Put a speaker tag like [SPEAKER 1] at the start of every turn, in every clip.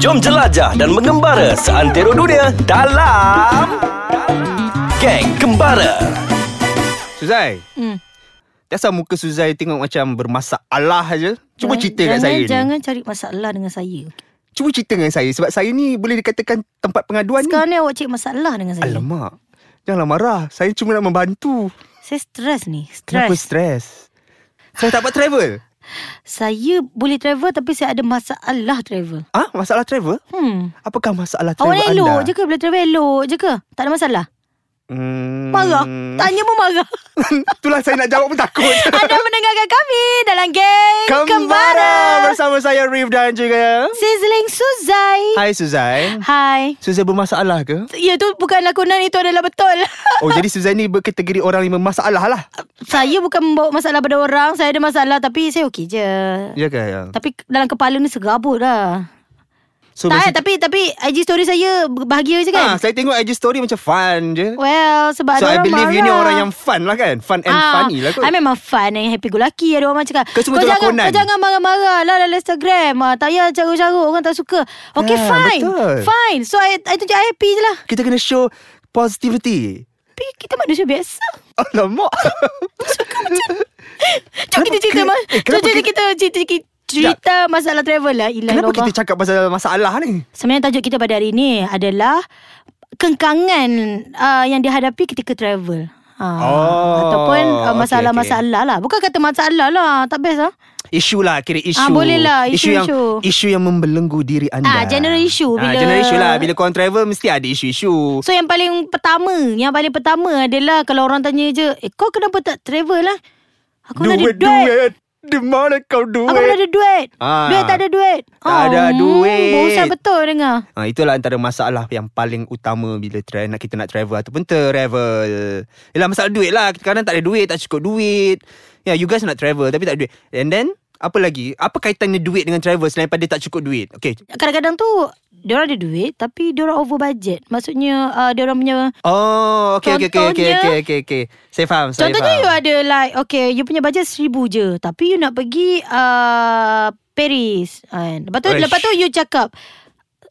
[SPEAKER 1] Jom jelajah dan mengembara seantero dunia dalam Geng Kembara.
[SPEAKER 2] Suzai
[SPEAKER 3] Hmm.
[SPEAKER 2] Tak asal muka Suzai tengok macam bermasalah je Cuba
[SPEAKER 3] Jangan-
[SPEAKER 2] cerita
[SPEAKER 3] jangan,
[SPEAKER 2] kat saya ni
[SPEAKER 3] Jangan cari masalah dengan saya.
[SPEAKER 2] Cuba cerita dengan saya Sebab saya ni boleh dikatakan tempat pengaduan
[SPEAKER 3] Sekarang ni awak cari masalah dengan
[SPEAKER 2] ni
[SPEAKER 3] saya.
[SPEAKER 2] Alamak Janganlah marah Saya cuma nak membantu
[SPEAKER 3] Saya stres ni. Stres.
[SPEAKER 2] Kenapa stres? Saya tak dapat travel
[SPEAKER 3] Saya boleh travel tapi saya ada masalah travel.
[SPEAKER 2] Ah, ha? Masalah travel?
[SPEAKER 3] Hmm.
[SPEAKER 2] Apakah masalah
[SPEAKER 3] Awak
[SPEAKER 2] travel anda?
[SPEAKER 3] ni elok je ke? Bila travel elok je ke? Tak ada masalah?
[SPEAKER 2] hmm.
[SPEAKER 3] Marah? Tanya pun marah.
[SPEAKER 2] Itulah saya nak jawab pun takut
[SPEAKER 3] Anda mendengarkan kami dalam Geng
[SPEAKER 2] Kembara. Bersama saya Rif dan juga
[SPEAKER 3] Sizzling Suzai.
[SPEAKER 2] Hai Suzai
[SPEAKER 3] Hai.
[SPEAKER 2] Suzai bermasalah ke?
[SPEAKER 3] Ya tu bukan lakonan itu adalah betul.
[SPEAKER 2] Oh jadi Suzai ni berkategori orang yang bermasalah lah
[SPEAKER 3] saya bukan membawa masalah pada orang. Saya ada masalah tapi saya okey je.
[SPEAKER 2] Ya ke? Ya.
[SPEAKER 3] Tapi dalam kepala ni serabut lah.
[SPEAKER 2] So,
[SPEAKER 3] tak,
[SPEAKER 2] maksud-
[SPEAKER 3] tapi tapi IG story saya bahagia je
[SPEAKER 2] Ah,
[SPEAKER 3] kan? Oh,
[SPEAKER 2] saya tengok IG story macam fun je.
[SPEAKER 3] Well, sebab
[SPEAKER 2] so I
[SPEAKER 3] ada orang
[SPEAKER 2] believe
[SPEAKER 3] marah. Ah,
[SPEAKER 2] you ni orang yang fun lah kan. Fun and funny lah kot.
[SPEAKER 3] I memang fun and happy go lucky Ada orang macam cakap
[SPEAKER 2] Kau semua tu
[SPEAKER 3] jangan,
[SPEAKER 2] lakonan."
[SPEAKER 3] kau jangan marah-marah lah dalam Instagram ah, Tak payah carut-carut Orang tak suka Okay
[SPEAKER 2] Ah,
[SPEAKER 3] fine
[SPEAKER 2] betul.
[SPEAKER 3] Fine So I, I tunjuk I happy je lah
[SPEAKER 2] Kita kena show positivity.
[SPEAKER 3] Tapi kita manusia biasa
[SPEAKER 2] Alamak.
[SPEAKER 3] Jom
[SPEAKER 2] Kenapa
[SPEAKER 3] kita cerita
[SPEAKER 2] ke-
[SPEAKER 3] mas.
[SPEAKER 2] eh,
[SPEAKER 3] Jom
[SPEAKER 2] kenapa
[SPEAKER 3] kita,
[SPEAKER 2] kita-
[SPEAKER 3] kita cerita kita cerita masalah travel lah Ilah
[SPEAKER 2] Kenapa kita cakap pasal masalah ni?
[SPEAKER 3] Sebenarnya tajuk kita pada hari ini adalah Kengkangan uh, yang dihadapi ketika travel Ha,
[SPEAKER 2] Oh,
[SPEAKER 3] ataupun
[SPEAKER 2] okey,
[SPEAKER 3] uh,
[SPEAKER 2] okey.
[SPEAKER 3] masalah-masalah lah Bukan kata masalah lah Tak best lah
[SPEAKER 2] Isu lah kira isu.
[SPEAKER 3] Ah, boleh lah, isu,
[SPEAKER 2] yang
[SPEAKER 3] isu.
[SPEAKER 2] isu yang membelenggu diri anda.
[SPEAKER 3] Ah, general issue
[SPEAKER 2] Ah,
[SPEAKER 3] bila-
[SPEAKER 2] general issue lah bila korang travel mesti ada isu-isu.
[SPEAKER 3] So yang paling pertama Yang paling pertama adalah Kalau orang tanya je Eh kau kenapa tak travel lah Aku nak ada duit,
[SPEAKER 2] duit. Di mana kau duit?
[SPEAKER 3] Aku nak ada duit
[SPEAKER 2] Ah.
[SPEAKER 3] Duit tak ada duit
[SPEAKER 2] Tak ada duit.
[SPEAKER 3] Bosan betul dengar
[SPEAKER 2] Ha, itulah antara masalah yang paling utama bila tra- nak kita nak travel ataupun travel. Yalah masalah duit lah. Kadang tak ada duit, tak cukup duit. Ya, yeah, you guys nak travel tapi tak ada duit. And then apa lagi? Apa kaitannya duit dengan travel selain pada tak cukup duit? Okay.
[SPEAKER 3] Kadang-kadang tu Diorang ada duit Tapi diorang over budget Maksudnya uh, Diorang punya
[SPEAKER 2] Oh, okay, okay, okay, okay,
[SPEAKER 3] Contohnya-
[SPEAKER 2] okay, okay, okay. Saya faham, saya
[SPEAKER 3] Contohnya you
[SPEAKER 2] faham.
[SPEAKER 3] ada like Okay you punya budget seribu je Tapi you nak pergi uh, Paris kan. Lepas tu
[SPEAKER 2] Uish.
[SPEAKER 3] Lepas tu you cakap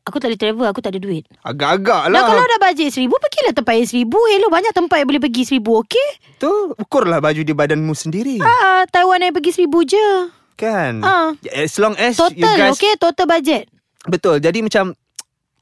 [SPEAKER 3] Aku tak boleh travel Aku tak ada duit
[SPEAKER 2] Agak-agak
[SPEAKER 3] Dah
[SPEAKER 2] lah.
[SPEAKER 3] kalau dah budget seribu Pergilah tempat yang seribu Hello banyak tempat yang boleh pergi seribu Okay
[SPEAKER 2] Tu, ukurlah baju di badanmu sendiri.
[SPEAKER 3] ah, Taiwan yang pergi seribu je
[SPEAKER 2] Kan?
[SPEAKER 3] Ah.
[SPEAKER 2] As long as you
[SPEAKER 3] Total
[SPEAKER 2] guys...
[SPEAKER 3] okay Total budget
[SPEAKER 2] Betul. Jadi macam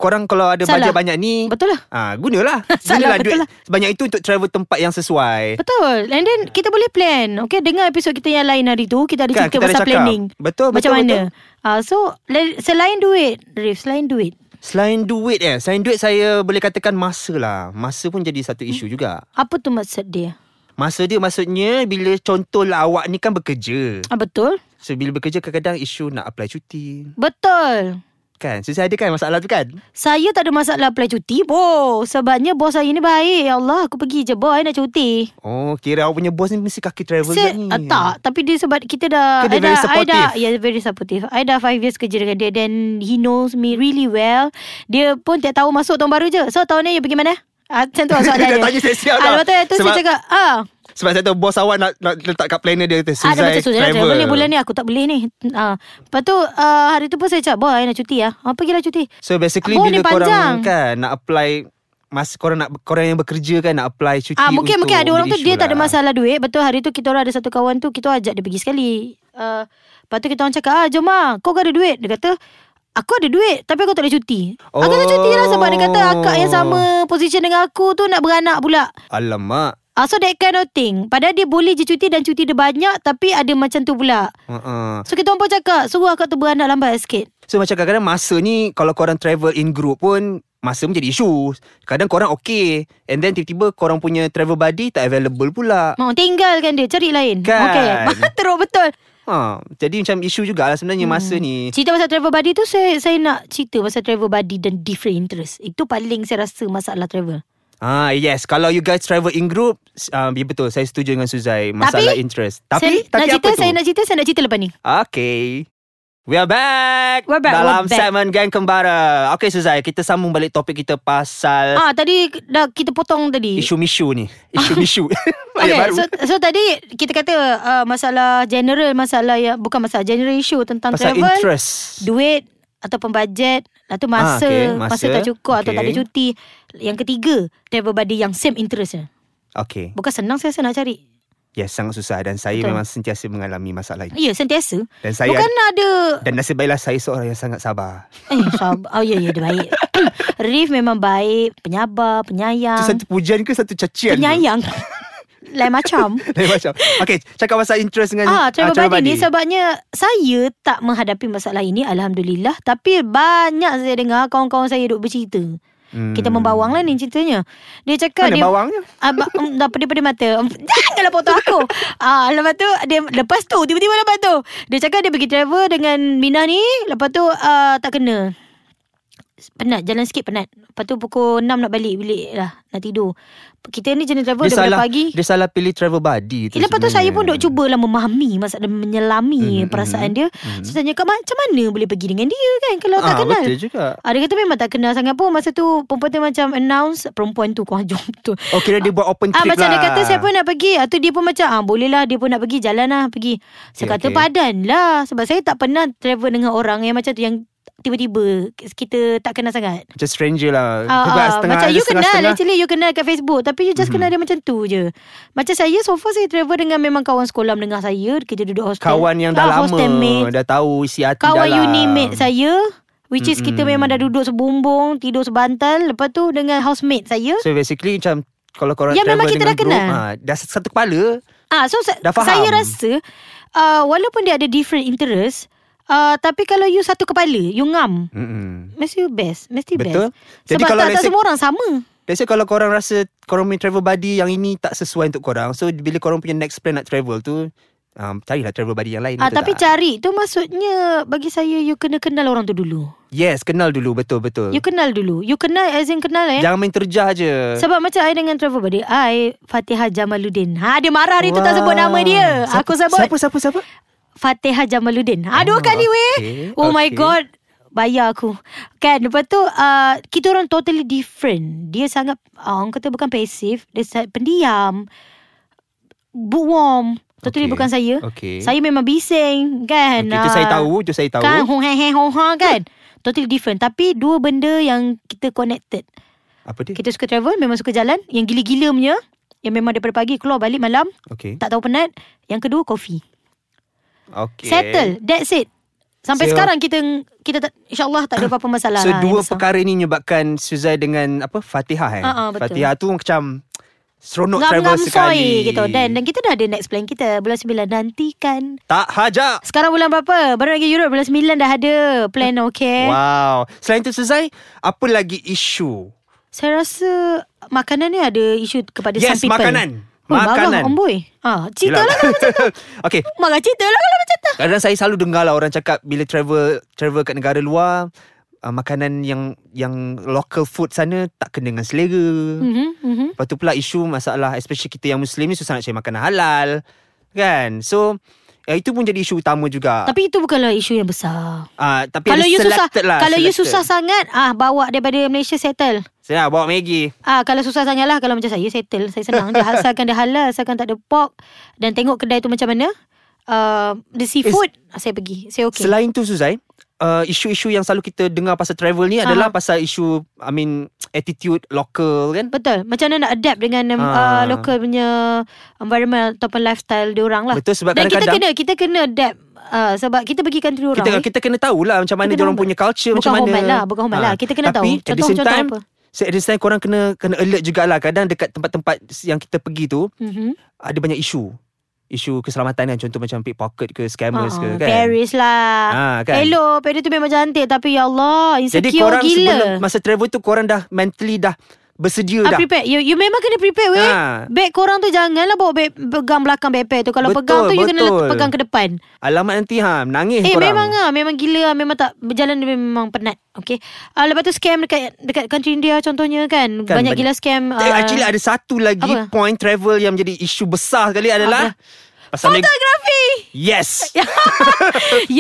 [SPEAKER 2] korang kalau ada
[SPEAKER 3] Salah.
[SPEAKER 2] bajet banyak ni
[SPEAKER 3] Betul lah
[SPEAKER 2] Ah, gunalah.
[SPEAKER 3] Salah,
[SPEAKER 2] Gunalah
[SPEAKER 3] betul
[SPEAKER 2] duit
[SPEAKER 3] lah.
[SPEAKER 2] sebanyak itu untuk travel tempat yang sesuai.
[SPEAKER 3] Betul And then kita boleh plan Okay dengar episod kita yang lain hari tu Kita ada
[SPEAKER 2] Kan, kita
[SPEAKER 3] cerita
[SPEAKER 2] ada
[SPEAKER 3] pasal
[SPEAKER 2] cakap.
[SPEAKER 3] planning
[SPEAKER 2] Betul, betul,
[SPEAKER 3] Macam mana
[SPEAKER 2] betul.
[SPEAKER 3] Ah, So le- selain duit Rif selain duit
[SPEAKER 2] Selain duit eh, selain duit saya boleh katakan masa lah. Masa pun jadi satu isu juga.
[SPEAKER 3] Apa tu maksud dia
[SPEAKER 2] Masa dia maksudnya bila contoh lah awak ni kan bekerja.
[SPEAKER 3] ah, Betul
[SPEAKER 2] So bila bekerja kadang-kadang isu nak apply cuti.
[SPEAKER 3] Betul
[SPEAKER 2] Kan? So saya ada kan masalah tu kan?
[SPEAKER 3] Saya tak ada masalah apply cuti Bo Sebabnya bos saya ni baik Ya Allah aku pergi je Boy nak cuti
[SPEAKER 2] Oh, kira awak punya bos ni mesti kaki travel
[SPEAKER 3] Se-
[SPEAKER 2] juga ni.
[SPEAKER 3] uh, tak Tapi dia sebab Kita dah
[SPEAKER 2] Ke dia very
[SPEAKER 3] I dah, I dah,
[SPEAKER 2] supportive?
[SPEAKER 3] Yeah very supportive I dah 5 years kerja dengan dia Then he knows me really well Dia pun tiap tahun masuk tahun baru je So tahun ni you pergi mana? Ah, Macam tu lah soalan
[SPEAKER 2] Dia
[SPEAKER 3] dia
[SPEAKER 2] dah tanya siap-siap
[SPEAKER 3] Ah,
[SPEAKER 2] dah.
[SPEAKER 3] Lepas tu, lepas tu saya
[SPEAKER 2] Sebab-
[SPEAKER 3] cakap ah,
[SPEAKER 2] Sebab saya tahu bos awak nak, nak letak kat planner dia kata
[SPEAKER 3] Ada
[SPEAKER 2] Suzai
[SPEAKER 3] macam tu Zainal,
[SPEAKER 2] travel.
[SPEAKER 3] Travel ni bulan ni aku tak boleh ni ah. Lepas tu ah, Hari tu pun saya cakap Boy I nak cuti lah ah, Pergilah cuti
[SPEAKER 2] So basically
[SPEAKER 3] Abang
[SPEAKER 2] bila
[SPEAKER 3] ni panjang.
[SPEAKER 2] korang kan nak apply mas korang nak korang yang bekerja kan nak apply cuti
[SPEAKER 3] Ah mungkin
[SPEAKER 2] untuk
[SPEAKER 3] mungkin ada orang tu
[SPEAKER 2] beli
[SPEAKER 3] dia
[SPEAKER 2] isu
[SPEAKER 3] tak ada
[SPEAKER 2] lah.
[SPEAKER 3] masalah duit. Betul hari tu kita orang ada satu kawan tu kita ajak dia pergi sekali. Uh, lepas tu kita orang cakap, "Ah, jom ah, kau kan ada duit." Dia kata, Aku ada duit Tapi aku tak boleh cuti oh. Aku tak cuti lah Sebab dia kata Akak yang
[SPEAKER 2] Oh.
[SPEAKER 3] sama Position dengan aku tu Nak beranak
[SPEAKER 2] lah.
[SPEAKER 3] pula
[SPEAKER 2] Alamak.
[SPEAKER 3] uh, So that kind of thing Padahal dia boleh je cuti Dan cuti dia banyak Tapi ada macam tu pula
[SPEAKER 2] Uh-uh.
[SPEAKER 3] So kita orang pun cakap Suruh akak tu beranak lambat sikit
[SPEAKER 2] So macam kadang-kadang masa ni kalau korang travel in group pun masa menjadi isu. Kadang korang okay and then tiba-tiba korang punya travel buddy tak available pula.
[SPEAKER 3] Mau tinggalkan dia Cari lain
[SPEAKER 2] Kan.
[SPEAKER 3] Okay Teruk betul
[SPEAKER 2] Ha, jadi macam isu jugalah sebenarnya hmm. masa ni.
[SPEAKER 3] Cerita pasal travel buddy tu saya saya nak cerita pasal travel buddy dan different interest. Itu paling saya rasa masalah travel.
[SPEAKER 2] Ah yes, kalau you guys travel in group, uh, betul saya setuju dengan Suzai masalah
[SPEAKER 3] Tapi-
[SPEAKER 2] interest.
[SPEAKER 3] saya
[SPEAKER 2] Tapi
[SPEAKER 3] nak
[SPEAKER 2] tapi
[SPEAKER 3] cerita,
[SPEAKER 2] apa tu?
[SPEAKER 3] saya nak cerita, saya nak cerita lepas ni.
[SPEAKER 2] Okay. We are back.
[SPEAKER 3] We're back,
[SPEAKER 2] Dalam
[SPEAKER 3] we're back.
[SPEAKER 2] segmen Gang Kembara. Okay, Suzai, kita sambung balik topik kita pasal
[SPEAKER 3] Ah tadi dah kita potong tadi.
[SPEAKER 2] isu-misu ni. Isu-misu.
[SPEAKER 3] Okay,
[SPEAKER 2] Ayat Eh, lah, baru.
[SPEAKER 3] so, so tadi kita kata ah, uh, masalah ya, general, masalah yang bukan masalah general issue tentang
[SPEAKER 2] pasal
[SPEAKER 3] travel,
[SPEAKER 2] interest.
[SPEAKER 3] duit, ataupun bajet atau masa,
[SPEAKER 2] Ah, okay,
[SPEAKER 3] masa
[SPEAKER 2] masa.
[SPEAKER 3] tak cukup atau tak ada
[SPEAKER 2] Okay.
[SPEAKER 3] cuti. Yang ketiga, everybody yang same interest dia.
[SPEAKER 2] Okay
[SPEAKER 3] Bukan senang saya nak cari.
[SPEAKER 2] Yes sangat susah Dan saya
[SPEAKER 3] Betul.
[SPEAKER 2] memang sentiasa mengalami masalah itu
[SPEAKER 3] Ya, sentiasa.
[SPEAKER 2] Dan saya
[SPEAKER 3] Bukan ada
[SPEAKER 2] Dan nasib baiklah saya seorang yang sangat sabar
[SPEAKER 3] Eh, sabar. Oh, ya, ya, dia baik. Rif memang baik. Penyabar,
[SPEAKER 2] Itu
[SPEAKER 3] penyayang.
[SPEAKER 2] satu pujian ke satu cacian tu?
[SPEAKER 3] Ah. penyayang. Lain macam.
[SPEAKER 2] Lain macam Okay Cakap pasal interest dengan
[SPEAKER 3] Ah, travel
[SPEAKER 2] travel
[SPEAKER 3] buddy,
[SPEAKER 2] buddy.
[SPEAKER 3] ni sebabnya saya tak menghadapi masalah ini alhamdulillah tapi banyak saya dengar kawan-kawan saya duk bercerita.
[SPEAKER 2] Hmm.
[SPEAKER 3] Kita membawang lah ni ceritanya. Dia cakap
[SPEAKER 2] Mana
[SPEAKER 3] dia
[SPEAKER 2] bawangnya
[SPEAKER 3] Abang um, dah pedih-pedih mata um, Janganlah potong aku ah, Lepas tu dia, Lepas tu Tiba-tiba lepas tu Dia cakap dia pergi travel Dengan Mina ni Lepas tu uh, Tak kena Penat Jalan sikit penat Lepas tu pukul 6 nak balik bilik lah Nak tidur Kita ni jenis travel
[SPEAKER 2] dia
[SPEAKER 3] Daripada
[SPEAKER 2] salah
[SPEAKER 3] pagi
[SPEAKER 2] Dia salah pilih travel buddy tu
[SPEAKER 3] Eh, lepas tu saya
[SPEAKER 2] sebenarnya.
[SPEAKER 3] pun duk cubalah memahami masa dan
[SPEAKER 2] Mhm,
[SPEAKER 3] menyelami mm, perasaan
[SPEAKER 2] mhm,
[SPEAKER 3] dia. Saya tanya kau macam mana boleh pergi dengan dia kan kalau tak
[SPEAKER 2] Ah,
[SPEAKER 3] kenal.
[SPEAKER 2] Betul juga
[SPEAKER 3] Ah, dia kata memang tak kenal sangat pun Masa tu perempuan tu macam announce Perempuan tu kau jom tu
[SPEAKER 2] Oh kira dia buat open
[SPEAKER 3] Ah
[SPEAKER 2] trip
[SPEAKER 3] macam
[SPEAKER 2] lah
[SPEAKER 3] dia kata saya pun nak pergi ah, tu dia pun macam ah boleh lah dia pun nak pergi jalan lah pergi Saya
[SPEAKER 2] Okay,
[SPEAKER 3] kata
[SPEAKER 2] okay.
[SPEAKER 3] padan lah Sebab saya tak pernah travel dengan orang yang macam tu Yang tiba-tiba kita tak kenal sangat
[SPEAKER 2] Macam stranger lah
[SPEAKER 3] Ah,
[SPEAKER 2] Sebab
[SPEAKER 3] ah,
[SPEAKER 2] setengah
[SPEAKER 3] Macam
[SPEAKER 2] ada,
[SPEAKER 3] you kenal
[SPEAKER 2] setengah-setengah.
[SPEAKER 3] Actually you kenal kat Facebook Tapi you just kenal dia macam tu je Macam saya So far saya travel dengan Memang kawan sekolah menengah saya Kita duduk hostel
[SPEAKER 2] Kawan yang dah
[SPEAKER 3] Ah,
[SPEAKER 2] lama
[SPEAKER 3] hostel mate.
[SPEAKER 2] Dah lah. tahu isi hati
[SPEAKER 3] Kawan
[SPEAKER 2] dalam
[SPEAKER 3] unimate saya Which is kita memang dah duduk sebumbung Tidur sebantal Lepas tu dengan housemate saya
[SPEAKER 2] So basically macam Kalau korang
[SPEAKER 3] Ya,
[SPEAKER 2] travel
[SPEAKER 3] memang kita
[SPEAKER 2] dengan
[SPEAKER 3] dah kenal.
[SPEAKER 2] group, ah, Dah satu kepala
[SPEAKER 3] Ah, so sa-
[SPEAKER 2] Dah faham.
[SPEAKER 3] saya rasa uh, Walaupun dia ada different interest uh, Tapi kalau you satu kepala You ngam
[SPEAKER 2] Mm-mm.
[SPEAKER 3] Mesti you best Mesti
[SPEAKER 2] Betul.
[SPEAKER 3] best
[SPEAKER 2] Jadi
[SPEAKER 3] Sebab
[SPEAKER 2] kalau
[SPEAKER 3] tak, tak
[SPEAKER 2] let's say-
[SPEAKER 3] semua orang sama
[SPEAKER 2] Let's say kalau korang rasa Korang punya travel buddy Yang ini tak sesuai untuk korang So bila korang punya next plan nak travel tu um, Carilah travel buddy yang lain
[SPEAKER 3] Ah,
[SPEAKER 2] betul
[SPEAKER 3] tapi
[SPEAKER 2] tak?
[SPEAKER 3] cari tu maksudnya bagi saya you kena kenal orang tu dulu.
[SPEAKER 2] Yes kenal dulu Betul-betul
[SPEAKER 3] You kenal dulu. You kenal as in kenal eh.
[SPEAKER 2] Jangan main terjah je
[SPEAKER 3] Sebab macam I dengan travel buddy I Fatihah Jamaluddin ha, Dia marah hari tu tak sebut nama dia
[SPEAKER 2] Siapa-
[SPEAKER 3] Aku sebut
[SPEAKER 2] Siapa siapa siapa
[SPEAKER 3] Fatihah Jamaluddin ha,
[SPEAKER 2] Ah,
[SPEAKER 3] Dua kali weh
[SPEAKER 2] okay,
[SPEAKER 3] Oh my
[SPEAKER 2] okay.
[SPEAKER 3] god Bayar aku Kan lepas tu uh, Kita orang totally different Dia sangat uh, Orang kata bukan pasif Dia sangat pendiam Bookworm Totally
[SPEAKER 2] Okay,
[SPEAKER 3] bukan saya
[SPEAKER 2] okay.
[SPEAKER 3] Saya memang bising Kan
[SPEAKER 2] Okay, Itu saya
[SPEAKER 3] Ah.
[SPEAKER 2] tahu Itu saya tahu
[SPEAKER 3] Kan hong heng heng hong hang kan Totally different Tapi dua benda yang kita connected
[SPEAKER 2] Apa dia
[SPEAKER 3] Kita suka travel Memang suka jalan Yang gila-gila punya Yang memang daripada pagi Keluar balik malam
[SPEAKER 2] Okay
[SPEAKER 3] Tak tahu penat Yang kedua kopi
[SPEAKER 2] Okay
[SPEAKER 3] Settle That's it Sampai
[SPEAKER 2] So-
[SPEAKER 3] sekarang kita kita tak, InsyaAllah tak ada apa-apa masalah
[SPEAKER 2] So
[SPEAKER 3] lah,
[SPEAKER 2] dua
[SPEAKER 3] yang besar.
[SPEAKER 2] perkara ni menyebabkan Suzai dengan apa Fatihah eh.
[SPEAKER 3] Ah, ah, betul.
[SPEAKER 2] Fatihah tu macam seronok travel
[SPEAKER 3] Ngam-ngam
[SPEAKER 2] sekali.
[SPEAKER 3] soy gitu Dan, dan kita dah ada next plan kita Bulan 9 nantikan
[SPEAKER 2] tak hajak.
[SPEAKER 3] Sekarang bulan berapa? Baru lagi Europe Bulan 9 dah ada Plan okay
[SPEAKER 2] Wow. Selain tu Suzai, apa lagi isu?
[SPEAKER 3] Saya rasa Makanan ni ada isu Kepada
[SPEAKER 2] Yes,
[SPEAKER 3] some people
[SPEAKER 2] makanan.
[SPEAKER 3] Oh,
[SPEAKER 2] Makanan.
[SPEAKER 3] Marah, amboi. Ah, cerita
[SPEAKER 2] Yelah.
[SPEAKER 3] lah kalau macam tu.
[SPEAKER 2] okay,
[SPEAKER 3] Marah cerita lah kalau macam tu.
[SPEAKER 2] kadang saya selalu dengar lah orang cakap bila travel travel kat negara luar, uh, makanan yang yang local food sana tak kena dengan selera. Hmm.
[SPEAKER 3] Mhm, mhm.
[SPEAKER 2] Lepas tu pula isu masalah especially kita yang muslim ni susah nak cari makanan halal. Kan? So eh, itu pun jadi isu utama juga.
[SPEAKER 3] Tapi itu bukanlah isu yang besar.
[SPEAKER 2] Ah, tapi Ah.
[SPEAKER 3] Kalau
[SPEAKER 2] ada
[SPEAKER 3] you susah,
[SPEAKER 2] selected lah
[SPEAKER 3] kalau you
[SPEAKER 2] selected.
[SPEAKER 3] susah sangat, ah bawa daripada Malaysia settle.
[SPEAKER 2] Saya nak bawa Maggi
[SPEAKER 3] Ah kalau susah sangat lah kalau macam saya settle, saya senang. Dia ha- asalkan dia halal, asalkan tak ada pork dan tengok kedai tu macam mana. Uh, the seafood ah, saya pergi. Saya
[SPEAKER 2] okay.
[SPEAKER 3] okay.
[SPEAKER 2] Selain tu Suzai uh, Isu-isu yang selalu kita dengar Pasal travel ni
[SPEAKER 3] Aha.
[SPEAKER 2] Adalah pasal isu I mean Attitude Local kan
[SPEAKER 3] Betul. Macam mana nak adapt dengan um,
[SPEAKER 2] Ah.
[SPEAKER 3] uh, local punya environment ataupun lifestyle diorang lah.
[SPEAKER 2] Betul sebab
[SPEAKER 3] Dan kita
[SPEAKER 2] kadang-kadang
[SPEAKER 3] kena kita kena adapt uh, sebab kita pergi country orang.
[SPEAKER 2] kita,
[SPEAKER 3] eh.
[SPEAKER 2] kita kena tahulah Macam mana
[SPEAKER 3] Kita
[SPEAKER 2] Diorang
[SPEAKER 3] kena-
[SPEAKER 2] punya culture
[SPEAKER 3] Bukan
[SPEAKER 2] Macam mana
[SPEAKER 3] hormat lah, bukan hormat
[SPEAKER 2] Ah,
[SPEAKER 3] lah. Kita kena
[SPEAKER 2] Tapi at
[SPEAKER 3] tahu.
[SPEAKER 2] the same
[SPEAKER 3] Contoh-contoh
[SPEAKER 2] time
[SPEAKER 3] apa?
[SPEAKER 2] so At the same time korang kena Kena alert jugalah Kadang dekat tempat-tempat Yang kita pergi tu
[SPEAKER 3] Mhm.
[SPEAKER 2] Ada banyak isu Isu keselamatan kan Contoh macam pickpocket ke Scammers
[SPEAKER 3] Ah,
[SPEAKER 2] ke kan
[SPEAKER 3] Paris lah.
[SPEAKER 2] Ah, kan?
[SPEAKER 3] Hello, Paris tu memang cantik tapi ya Allah, insecure
[SPEAKER 2] Jadi korang
[SPEAKER 3] gila.
[SPEAKER 2] sebelum Masa travel tu Korang dah mentally dah Bersedia dah
[SPEAKER 3] Ah, prepare. You, you memang kena prepare weh.
[SPEAKER 2] Ha.
[SPEAKER 3] Bag korang tu janganlah bawa bag pegang belakang backpack tu. Kalau
[SPEAKER 2] Betul,
[SPEAKER 3] pegang tu you kena
[SPEAKER 2] betul.
[SPEAKER 3] letak- pegang ke depan.
[SPEAKER 2] Alamat nanti ha Nangis
[SPEAKER 3] Eh
[SPEAKER 2] korang
[SPEAKER 3] memang ah, memang gila ah, memang tak berjalan dia memang penat. Okay. Ah lepas tu scam dekat dekat country India contohnya kan,
[SPEAKER 2] Kan, banyak.
[SPEAKER 3] banyak, gila scam. ah.
[SPEAKER 2] Eh, Actually ada satu lagi
[SPEAKER 3] apa?
[SPEAKER 2] Point travel yang menjadi isu besar sekali adalah Pasal neg-
[SPEAKER 3] fotografi.
[SPEAKER 2] Yes
[SPEAKER 3] ya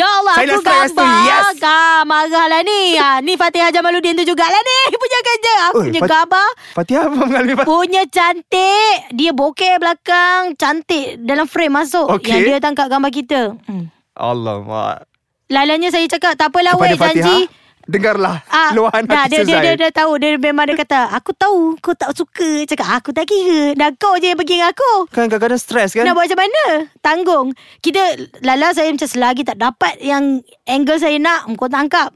[SPEAKER 3] Allah
[SPEAKER 2] Saya
[SPEAKER 3] aku
[SPEAKER 2] nak start rasa
[SPEAKER 3] gambar
[SPEAKER 2] yes.
[SPEAKER 3] yes. marah lah ni ha, Ni Fatihah Jamaluddin tu jugalah ni Punya kerja Aku
[SPEAKER 2] Oi,
[SPEAKER 3] punya
[SPEAKER 2] Fat-
[SPEAKER 3] gambar
[SPEAKER 2] Fatihah apa mengalami Fat-
[SPEAKER 3] Punya cantik Dia bokeh belakang Cantik dalam frame masuk
[SPEAKER 2] Okey.
[SPEAKER 3] Yang dia tangkap gambar kita hmm.
[SPEAKER 2] Allah
[SPEAKER 3] Lalanya saya cakap Tak apalah
[SPEAKER 2] Kepada
[SPEAKER 3] weh eh, janji
[SPEAKER 2] Fatihah? Dengarlah
[SPEAKER 3] Ah,
[SPEAKER 2] Luahan
[SPEAKER 3] dah,
[SPEAKER 2] hati
[SPEAKER 3] dia, dia, dia,
[SPEAKER 2] Sezai
[SPEAKER 3] dia tahu Dia memang dia kata Aku tahu Kau tak suka Cakap aku tak kira Dah kau je yang pergi dengan aku
[SPEAKER 2] Kan kadang-kadang stres kan
[SPEAKER 3] Nak buat macam mana Tanggung Kita Lala saya macam selagi tak dapat Yang angle saya nak Kau tak angkap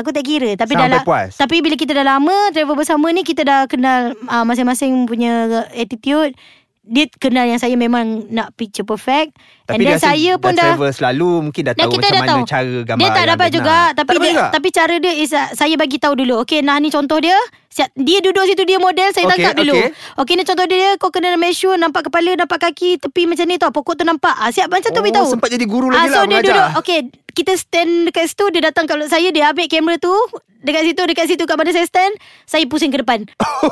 [SPEAKER 3] Aku tak kira Tapi
[SPEAKER 2] Sampai
[SPEAKER 3] dah la-
[SPEAKER 2] puas.
[SPEAKER 3] Tapi bila kita dah lama Travel bersama ni Kita dah kenal uh, Masing-masing punya Attitude Dia kenal yang saya memang Nak picture perfect
[SPEAKER 2] Tapi
[SPEAKER 3] And then
[SPEAKER 2] dah,
[SPEAKER 3] saya pun dah
[SPEAKER 2] travel selalu Mungkin dah
[SPEAKER 3] dan
[SPEAKER 2] tahu
[SPEAKER 3] kita
[SPEAKER 2] macam
[SPEAKER 3] dah
[SPEAKER 2] mana
[SPEAKER 3] tahu
[SPEAKER 2] cara gambar
[SPEAKER 3] Dia tak
[SPEAKER 2] yang
[SPEAKER 3] dapat
[SPEAKER 2] benar.
[SPEAKER 3] juga Tapi
[SPEAKER 2] tak dapat
[SPEAKER 3] dia,
[SPEAKER 2] juga?
[SPEAKER 3] tapi cara dia is, uh, Saya bagi tahu dulu Okay nah ni contoh dia Siap- Dia duduk situ dia model Saya
[SPEAKER 2] Okay,
[SPEAKER 3] tangkap dulu
[SPEAKER 2] okay.
[SPEAKER 3] okay. ni contoh dia Kau kena make sure Nampak kepala Nampak kaki Tepi macam ni tau Pokok tu nampak ah, Siap macam tu
[SPEAKER 2] Oh,
[SPEAKER 3] beritahu
[SPEAKER 2] sempat jadi guru
[SPEAKER 3] Ah,
[SPEAKER 2] lagi lah
[SPEAKER 3] So dia
[SPEAKER 2] mengajar.
[SPEAKER 3] duduk Okay kita stand dekat situ Dia datang kat saya Dia ambil kamera tu Dekat situ Dekat situ kat mana saya stand Saya pusing ke depan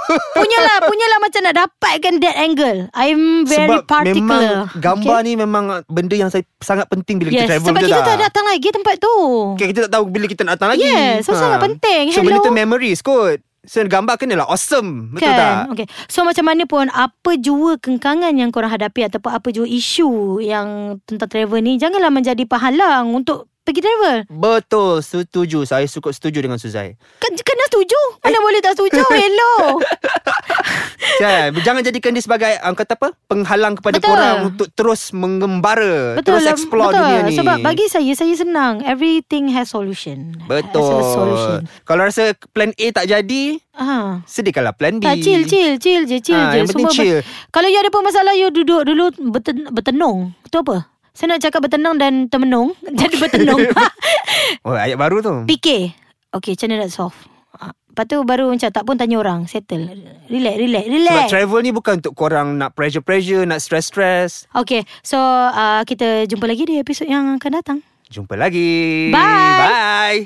[SPEAKER 3] Punyalah Punyalah macam nak dapatkan That angle I'm
[SPEAKER 2] Sebab
[SPEAKER 3] very
[SPEAKER 2] memang
[SPEAKER 3] particular
[SPEAKER 2] gambar ni memang benda yang saya sangat penting bila
[SPEAKER 3] Yes,
[SPEAKER 2] kita travel
[SPEAKER 3] sebab
[SPEAKER 2] tu
[SPEAKER 3] kita
[SPEAKER 2] dah.
[SPEAKER 3] tak datang lagi tempat tu.
[SPEAKER 2] Okay, kita tak tahu bila kita nak datang lagi. Ha.
[SPEAKER 3] Yes, so sangat penting.
[SPEAKER 2] So benda
[SPEAKER 3] Hello.
[SPEAKER 2] tu memories kot. So gambar kenalah awesome. Betul
[SPEAKER 3] kan?
[SPEAKER 2] tak?
[SPEAKER 3] Okay. So macam mana pun apa jua kengkangan yang korang hadapi ataupun apa jua isu yang tentang travel ni janganlah menjadi penghalang untuk pergi travel.
[SPEAKER 2] Betul, setuju. Saya cukup setuju dengan Suzai.
[SPEAKER 3] Kan kena setuju.
[SPEAKER 2] Eh.
[SPEAKER 3] Mana boleh tak setuju? Hello.
[SPEAKER 2] Kan? Jangan jadikan dia sebagai ah, kata apa? Penghalang kepada
[SPEAKER 3] Betul.
[SPEAKER 2] korang untuk terus mengembara,
[SPEAKER 3] betul.
[SPEAKER 2] terus
[SPEAKER 3] lah,
[SPEAKER 2] explore
[SPEAKER 3] betul.
[SPEAKER 2] dunia ni.
[SPEAKER 3] Sebab bagi saya saya senang. Everything has solution.
[SPEAKER 2] Betul.
[SPEAKER 3] Has a solution.
[SPEAKER 2] Kalau rasa plan A tak jadi,
[SPEAKER 3] Ah.
[SPEAKER 2] sediakanlah plan B.
[SPEAKER 3] Tak chill chill chill je chill
[SPEAKER 2] Ah,
[SPEAKER 3] je.
[SPEAKER 2] yang penting
[SPEAKER 3] Semua
[SPEAKER 2] chill.
[SPEAKER 3] Kalau you ada pun masalah you duduk dulu beten- bertenung. Itu apa? Saya nak cakap bertenang dan termenung. Jadi bertenung.
[SPEAKER 2] Oh, ayat baru tu.
[SPEAKER 3] Fikir Okay macam mana nak solve Ah, Lepas tu baru macam Tak pun tanya orang Settle Relax relax relax
[SPEAKER 2] Sebab travel ni bukan untuk korang nak pressure-pressure, nak stress-stress.
[SPEAKER 3] Okay so ah, uh, Kita jumpa lagi di episod yang akan datang
[SPEAKER 2] Jumpa lagi.
[SPEAKER 3] Bye.
[SPEAKER 2] Bye.